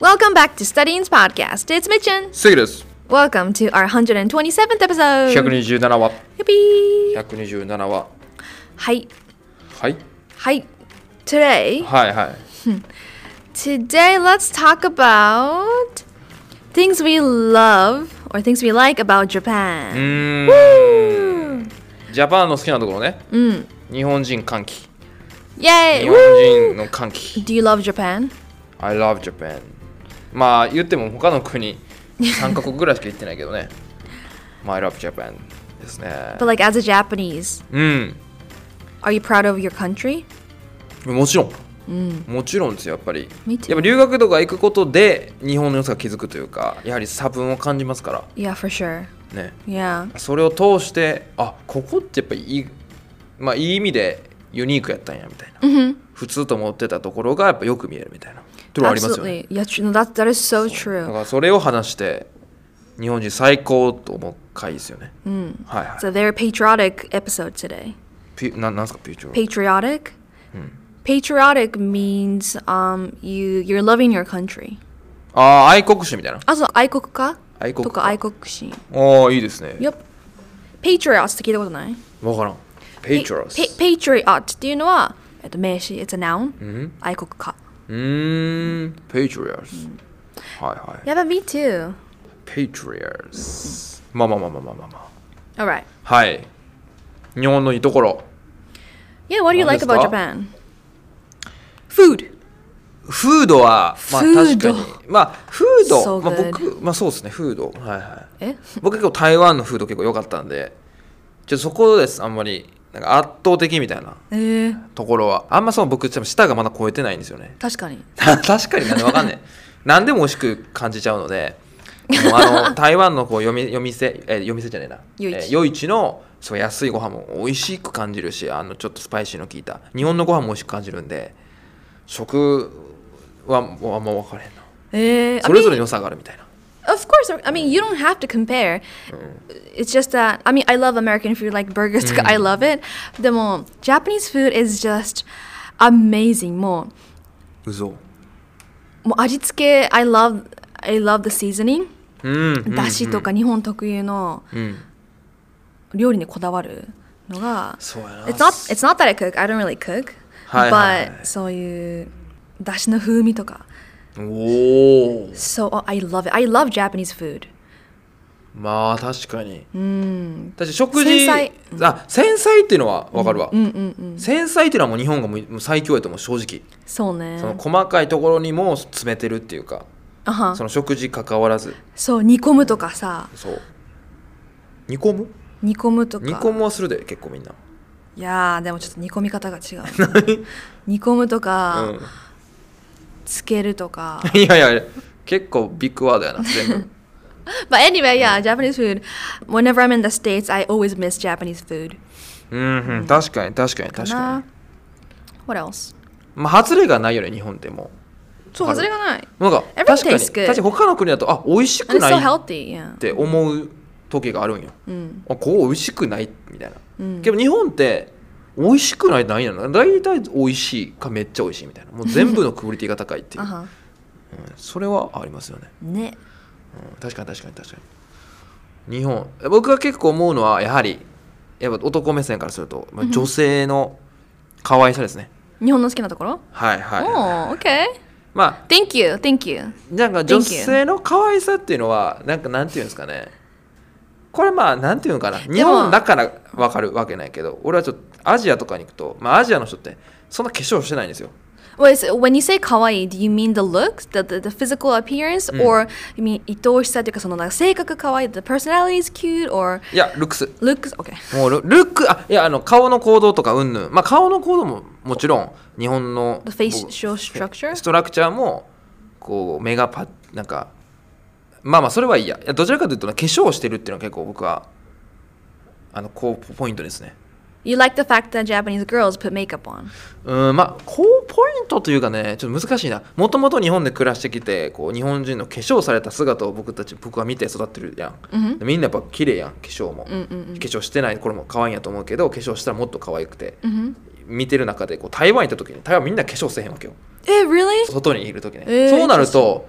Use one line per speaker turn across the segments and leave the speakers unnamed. Welcome back to Studying's podcast. It's Mitchin.
次です。
Welcome to our 127th episode.
127話。
Yippee!
127話。
Hi.
はい。
Hi. Today,
はいはい。
today let's talk about things we love or things we like about
う
Japan.
ーん。ジャパンの好きなところね。
Mm.
日本人歓喜。
Yay!
日
Woo!
本人の歓喜。
Do you love Japan?
I love Japan。まあ言っても他の国3カ国ぐらいしか行ってないけど ね。まあ I love Japan ですね
But。like as a Japanese,
うん。
are you proud of your country?
もちろん。もちろんですよやっぱり
Me too.
やっぱ留学とか行くことで日本の良さが気づくというかやはり差分を感じますか
Yeah, for sure.
らね
Yeah.
それを通してあここってやっぱいい,、まあ、いい意味でユニークやったんやみたいな、普通と思ってたところがやっぱよく見えるみたいなところありますよね
Absolutely. Yeah, tr- no, that, that is so
だ
true.
からそれを話して日本人最高と思う回ですよね、はいはい
It's a very patriotic episode today.
ピななんですかピューチョ
Patriotic?
Hmm.
Patriotic means um, you, you're loving your country.
ああ愛国心みたいな
Also, 愛国家
愛国
とか愛国心。
ああいいですね
Yep. Patriots って聞いたことない
わからんペイチョラス
Pa- pa- Patriot っていうのは、えっと、名詞。It's a noun.
Mm-hmm.
愛国家。
うーんペイチョラスはいはい
Yeah, but me too.
ペイチョラスまあまあまあまあまあまあま
All right.
あはい日本のいいところ
Yeah, what do you like about
何ですか？
Japan? Food.
フードは、まあ、
フー
確
ド
かに。まあ、フード、
So
まあ、
good.
僕、まあ、そうですね、フード。はいはい。
え
僕、結構台湾のフード結構良かったんで、ちょっとそこです、あんまり。なんか圧倒的みたいな
えー、
ところは。あんまそう、僕、多分舌がまだ超えてないんですよね。
確かに。
確かになんでわかんない。何でも美味しく感じちゃうので、もうあ の台湾のこう読み読みせ、え読みせじゃねえな、
夜市
えー夜市のそう安いご飯も美味しく感じるし、あのちょっとスパイシーの効いた、日本のご飯も美味しく感じるんで、食はもうあんま分からへんな。
えー、
それぞれの良さがあるみたいな。
Of course, I mean you don't have to compare. It's just that I mean I love American food like burgers. I love it. でも Japanese food is just amazing. も
うぞ。
うもう味付け I love I love the seasoning.
うん。
だしとか日本特有の
うん。
料理にこだわるのが。
そうやな。
It's not it's not that I cook. I don't really cook.
はいはいはい
But そういうだしの風味とか。
おお。
So oh, I love it. I love Japanese food.
まあ確かに。うん。だし食事。
繊細
あ、繊細っていうのはわかるわ。
Mm,
うんうんうん。繊細っていうのはもう日本がもうもう最強やと思う正直。
そうね
そ。の細かいところにも詰めてるっていうか、
あは
その食事関わらず。
そう煮込むとかさ。
そう。煮込む？
煮込むとか
煮込むはするで結構みんな。
いやーでもちょっと煮込み方が違う 煮込むとか、
うん。
つけるとか
いやいや。結構ビッグワードやな全部。
But anyway yeah Japanese food Whenever I'm in the States I always miss Japanese food
うんうん確かに確かに確か
な
に。
What else?
まあ外れがないよね日本ってもう。
そう外れがない
なんか
Everything
確かに
tastes good.
確かに他の国だとあ美味し
And
く
it's
ない
so
っ
healthy yeah
て思う時があるんよ、
うん
あこう美味しくないみたいな、けど日本って美味しくないってないやろな大体美味しいかめっちゃ美味しいみたいなもう全部のクオリティが高いって い
あ
う、
は
うんそれはありますよね、
ね
うん確かに確かに確かに日本僕が結構思うのはやはりやっぱ男目線からすると、まあ、女性の可愛さですね、
日本の好きなところ
はいはい、
Oh okay
まあ
Thank you Thank you
なんか
Thank you.
女性の可愛さっていうのはなんかなんていうんですかねこれまあなんていうのかな日本だから分かるわけないけど俺はちょっとアジアとかに行くとまあアジアの人ってそんな化粧してないんですよ
Wait, so when you say 可愛い do you mean the looks, the, the, the physical appearance, or you mean 愛おしさというかそのなんか性格可愛い the personality is cute, or
いやルックス
looks, okay.
もうルルックあいやあの顔の行動とかうんぬんまあ顔の行動ももちろん日本の
The
僕
facial structure?
ストラクチャーもこう目がパッなんかまあまあそれはいいやいやどちらかというとね化粧してるっていうのは結構僕はあのこうポイントですね
You like the fact that Japanese girls put makeup on.
うんまあ高ポイントというかねちょっと難しいなもともと日本で暮らしてきてこう日本人の化粧された姿を僕たち僕は見て育ってるやん、でみんなやっぱ綺麗やん化粧も、化粧してないこれも可愛いんやと思うけど化粧したらもっと可愛くて、見てる中でこう台湾行った時に台湾みんな化粧せえへんわけよ
Eh, really?
外にいる時ね、
えー
そうなると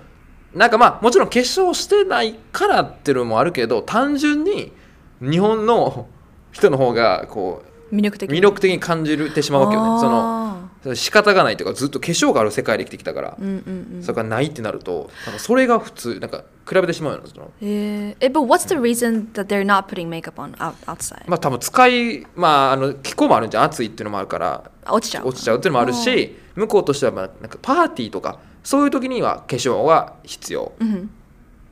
なんかまあもちろん化粧してないからっていうのもあるけど単純に日本の人の方がこ
魅力
う
的
魅力的に感じてしまうわけよねその
あ
その仕方がないというかずっと化粧がある世界で生きてきたから
ー、うんうんうん
それがないってなるとなんかそれが普通なんか比べてしまうようなその
えー、え Eh, but what's the reason that they're not putting makeup on out, outside?
まあ多分使いまああの気候もあるんじゃん暑いっていうのもあるから
あ落ちちゃう
落ちちゃうっていうのもあるし向こうとしてはまあなんかパーティーとかそういう時には化粧は必要
うん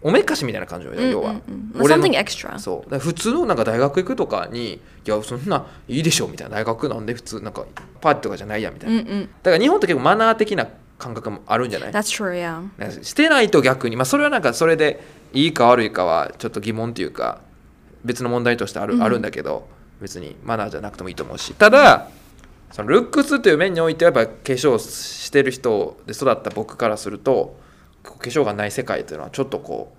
おめかしみたいな感じよ
うんうんうん
要は
まあ
俺の
Mm, something extra
そうだから普通のなんか大学行くとかにいやそんないいでしょみたいな大学なんで普通なんかパーティーとかじゃないやみたいな
うんうん
だから日本って結構マナー的な感覚もあるんじゃない
mm. That's true, yeah.
なんかしてないと逆に、まあ、それはなんかそれでいいか悪いかはちょっと疑問というか別の問題としてある,、
うん
あるんだけど別にマナーじゃなくてもいいと思うしただそのルックスという面においてはやっぱ化粧してる人で育った僕からするとこう化粧がない世界というのはちょっとこう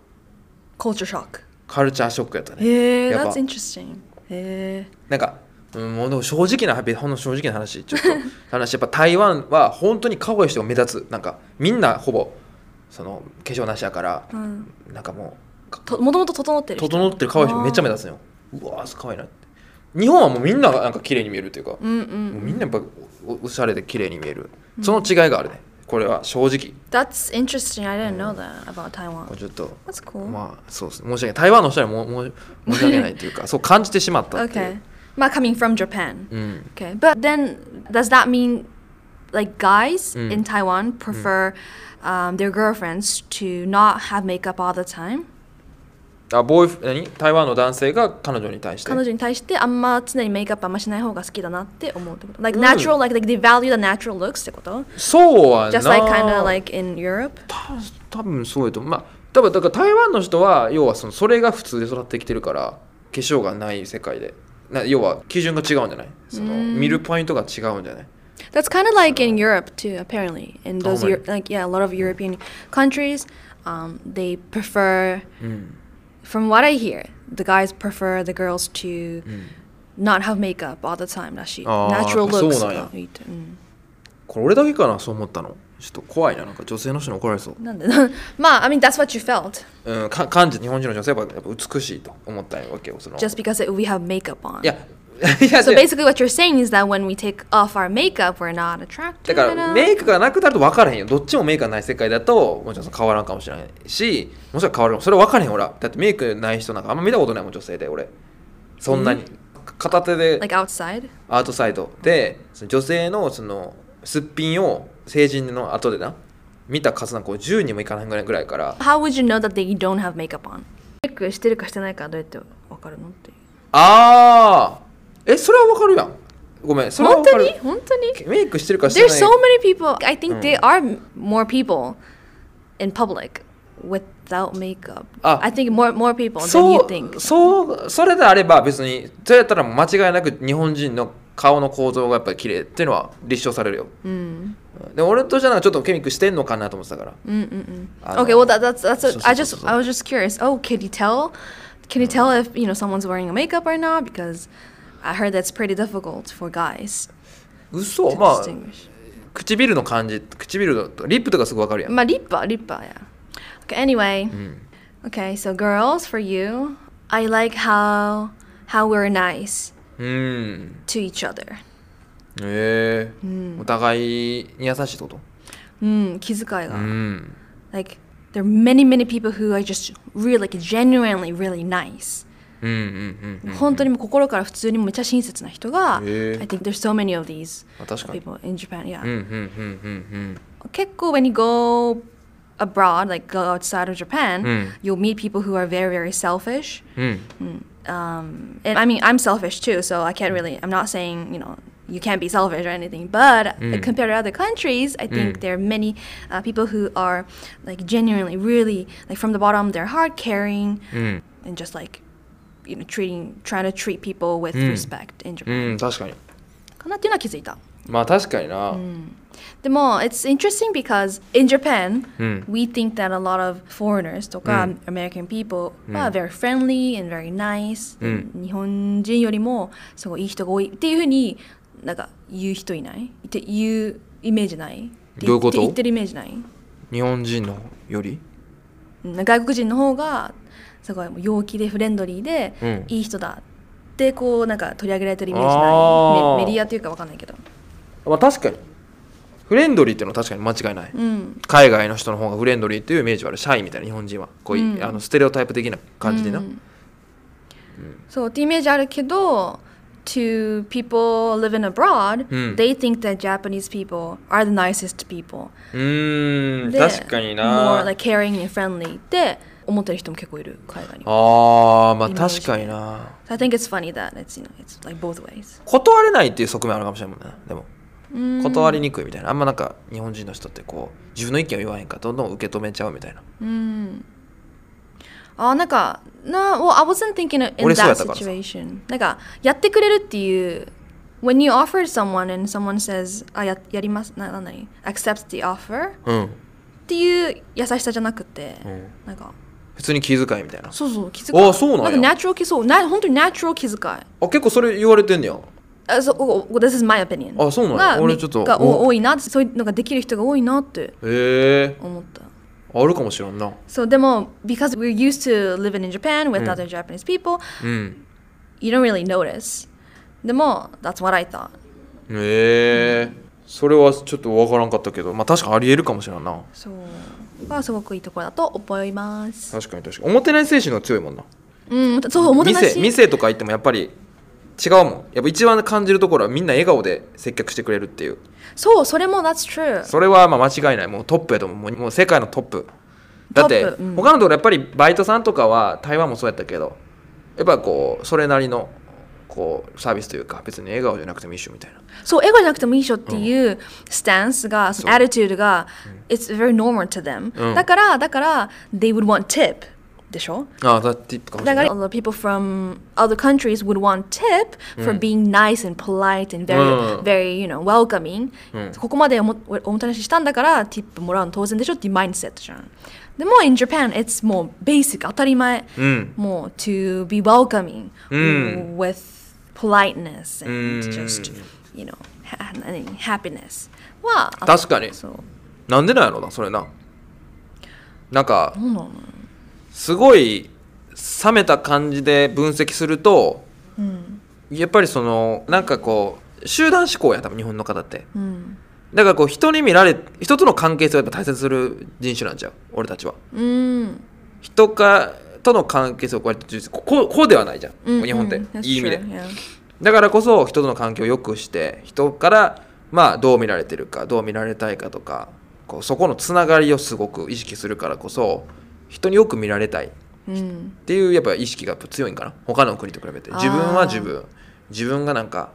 Culture shock.
カルチャーショックやったね
えー、
やっぱ
that's interesting. え
なんか、うん、もうでも正直なほんの正直な話ちょっと話やっぱ台湾は本当に可愛い人が目立つなんかみんなほぼその化粧なしやから
ー、うん。
なんかもう
ともともと整ってる人。
整ってる可愛い人めっちゃ目立つのようわー可愛いなって日本はもうみんながなんか綺麗に見えるというか、も
うんうん。
うみんなやっぱおおしゃれで綺麗に見えるその違いがあるねこれは正直
That's interesting. I didn't know that about Taiwan.
これちょっと
That's cool.
まあそうです申し訳ない台湾の人にはもうもう申し訳ないという かそう感じてしまったっていう
okay. まあ coming from Japan.
うん
Okay. But then does that mean like guys
Mm.
in Taiwan prefer um, their girlfriends to not have makeup all the time?
あボーイ何台湾の男性が彼女に対して
彼女に対してあんま常にメイクアップあんましない方が好きだなって思うってこと。Like
Mm.
natural, like, like they value the natural looks ってこと
そうはな
?Just like kind of like in Europe?
た多分そうやと思うまあ多分だから台湾の人は要はそのそれが普通で育ってきてるから化粧がない世界でな要は基準が違うんじゃないその見るポイントが違うんじゃない
That's kind of like in Europe too, apparently. In those,
Oh,
Euro-
really?
like yeah, a lot of European countries, um, they prefer. From what I hear, the guys prefer the girls to not have makeup all the time. らしい。
あー
natural
そう
looks. Oh,
なんや
がいいってうん
これ俺だけかなそう思ったのちょっと怖いななんか女性の人に怒られそう、
なんで まあ、I mean that's what you felt
うん、か感じ日本人の女性はやっぱやっぱ美しいと思ったわけよその
just because we have makeup on.
いや いや
So
で
basically, what you're saying is that when we take off our makeup, we're not
だ
attractive.
からメイクがなくなると分からへんよどっちもメイクがない世界だともちろん変わらんかもしれないしもちろん変わるそれは分からへん俺はだってメイクない人なんかあんま見たことないもん女性で俺そんなに、片手で
like outside.
アウトサイドでその女性のそのすっぴんを成人の後でな見た数なんか10にもいかないぐらいぐらいから
How would you know that they don't have makeup on? メイクしてるかしてないかどうやってわかるのっていう。
ああえそれは分かるやんごめんそれは
本
分か
当に
る
本当に
メイクしてるかしてない
There's so many people. I think they are more people in public without makeup.
あ
I think more more people than
そ
you
う
think.
そうそれであれば別にそれやったらもう間違いなく日本人の顔の構造がやっぱり綺麗っていうのは立証されるよ、
うん
で俺としてはなんかちょっとケミックしてんのかなと思ってたから、
うんうんうん
あの
Okay, well that, that's that's
そうそ
what
うそう
I just I was just curious. Oh, can you tell? Can you tell if you know someone's wearing a makeup or not? Because I heard that's pretty difficult for guys
嘘
to
まあ
distinguish.
唇の感じ唇のリップとかすぐ分かるやん、
まあリッパーリッパー yeah. Okay, anyway. Okay, so girls, for you, I like how how we're nice
うん、
to each other.
ええお互いに優しいってこと
うん、気遣いが。
Hmm. うん、
Hmm, Like, there are many, many people who are just really, like, genuinely really nice.
うんうんうん
本当にもう心から普通にめっちゃ親切な人が、
へえ
I think there's so many of these
あ確かに
people in Japan. Yeah.
うんうんうんうん
結構 when you go abroad, like go outside of Japan,
うん
you'll meet people who are very, very selfish.
うんうん
Hmm. um, and I mean, I'm selfish too, so I can't really. I'm not saying you know you can't be selfish or anything, but
Mm.
compared to other countries, I think
Mm.
there are many uh, people who are like genuinely, really, like from the bottom of their heart, caring
うん、
and just like you know treating, trying to treat people with
Mm.
respect in
う
Japan.
ん、確かに
かなっていうのは気づいた。
まあ確かにな、
でも it's interesting because in Japan
うん
we think that a lot of foreigners とか、
うん
American people は very friendly and very nice、
うん
日本人よりもすごいいい人が多いっていうふうになんか言う人いないって言うイメージないって
どういうこと
って言ってるイメージない
日本人のより
うん外国人の方がすごいもう陽気でフレンドリーで、
うん
いい人だってこうなんか取り上げられてるイメージ
あー
ないメメディアというかわかんないけど、
まあ確かにフレンドリーっていうのは確かに間違いない、
うん、
海外の人の方がフレンドリーっていうイメージはあるシャイみたいな日本人はこうい、
うん
あのステレオタイプ的な感じでな、
うんそうってイメージあるけど to people living abroad、
うん
they think that Japanese people are the nicest people
うーん
で
確かに
more
な、
like caring and friendly って思ってる人も結構いる海外
Oh.
には
あーまあ
イメージ
確かにな
I think it's funny that it's you know it's like both ways Mm,
断れないっていう側面あるかもしれないもんねでも
うん
断りにくいみたいなあんまなんか日本人の人ってこう自分の意見を言わへんからどんどん受け止めちゃうみたいな
うんあなんかな Oh, well I wasn't thinking in
俺そうや
that
ったからさ
situation なんかやってくれるっていう when you offer someone and someone says "Ah, あややりますななんだに accepts the offer
うん、
っていう優しさじゃなくて、
うん
なんか
普通に気遣いみたいな
そうそう気遣い
あそうなんや
かナチュラル気そうな本当にナチュラル気遣い
あ結構それ言われてんねや
あそうおお This is my opinion
あそうなんや
が
俺ちょっと
が
お
お多いなそういうのができる人が多いなって
へえ
思った
あるかもしれんな
そうでも because we're used to living in Japan with other Japanese people
うん
you don't really notice でも that's what I thought
へえそれはちょっとわからんかったけどまあ確かにありえるかもしれんな
そうがすごくいいところだと思います
確かに確かにおもてなし精神が強いもんな
うんそうおもてなし
店店とか行ってもやっぱり違うもんやっぱ一番感じるところはみんな笑顔で接客してくれるっていう
そうそれも that's true
それはまあ間違いないもうトップやと思うもうもう世界のトップだって
トップうん
他のところやっぱりバイトさんとかは台湾もそうやったけどやっぱこうそれなりのこうサービスというか別に笑顔じゃなくても一緒みたいな
そう笑顔じゃなくてもいいでしょっていうスタンスが、その
そう
アティチュードが、it's very normal to them、
うん
だからだから they would want tip でしょ
ああだってかもし
だか
れない
ら、a lot of people from other countries would want tip for being nice and polite and very,、
うん
very you know, welcoming、
うん
ここまでおもおもてなししたんだから、ティップもらうの当然でしょっていうマインドセットじゃん。でも、in Japan, it's もう basic、当たり前。
うん
もう to be welcoming、
うん
with politeness
う
and
ん
just you know ha- 何 happiness は
確かに
そう
なんでなんやろなそれななんか
どうなの
すごい冷めた感じで分析すると、やっぱりそのなんかこう集団思考や多分日本の方って
うん
だからこう人に見られ人との関係性をやっぱ大切にする人種なんちゃう俺たちは
うん
人かとの関係性をこうやって重視ここうこうではないじゃん、
うん
日本って、
うん mm, That's
いい意味で
true, yeah.
だからこそ人との関係を良くして人からまあどう見られてるかどう見られたいかとかこうそこのつながりをすごく意識するからこそ人によく見られたい
うん
っていうやっぱ意識がやっぱ強いんかな他の国と比べて
あー
自分は自分自分がなんか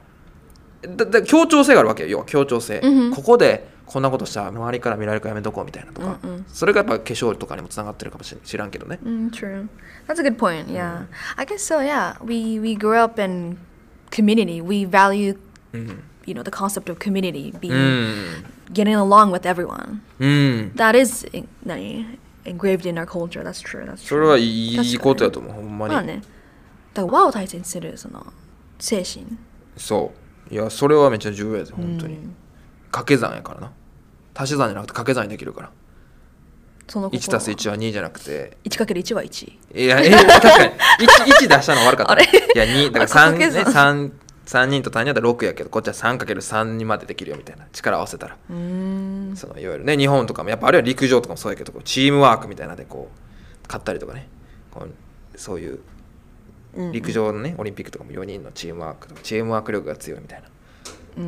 だだ協調性があるわけよ要は協調性、
うんうん
ここでこんなことしたら周りから見られるからやめとこうみたいなとか、
うんうん
それがやっぱ化粧とかにもつながってるかもしれ知らんけどね
Mm, true. That's a good point. Yeah, I guess so. Yeah, we we grew up in community. We value, you know, the concept of community,
う
being
ん
getting along with everyone.
うん、
That is, eh, 何 engraved in our culture. That's true. That's
そ
true.
れはい
確か
い
に
ことやと思うほんまに、
まあね。だから和を大切にするその精神。
そういやそれはめっちゃ重要やで本当に、掛け算やからな足し算じゃなくて掛け算にできるから
その
1たす1は2じゃなくて
1かける1は1。
いや、え 確かに1出したの悪かった
あれ
ね。いや、2、だから
あ掛
3、
け
ね、
算
三三人と単人だったら6やけど、こっちは 3×3 にまでできるよみたいな。力合わせたら。そのいわゆるね、日本とかも、やっぱあるいは陸上とかもそうやけど、こうチームワークみたいなので、こう、勝ったりとかね、こうそういう陸上のね、オリンピックとかも4人のチームワークとか、チームワーク力が強いみたいな。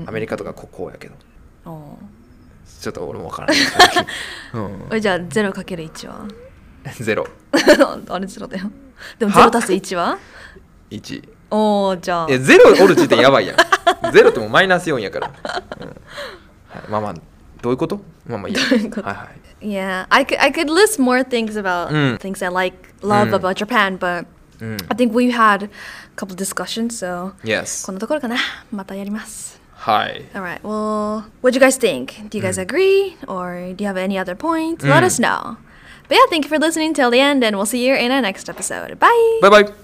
アメリカとかこうこうやけど、
お
ちょっと俺もわからない。
ーえじゃあ0かける1は
ゼロ、
あれ0だよ。でも
は
0足す1は
1。
おおじゃあ
え。ゼロおる時点やばいやん ゼロってもうマイナス4やから、うんはい、まあまあどういうことまあまあいいや
どういうこと
はいはい
Yeah, I could, I could list more things about
Mm.
things I like, love
Mm.
about Japan, but
うん
I think we've had a couple discussions, so
Yes
こんなところかな。またやります。
はい
Alright, well, what do you guys think? Do you guys agree? Or do you have any other points? Let us know. But yeah, thank you for listening till the end, and we'll see you in our next episode. Bye!
バイバイ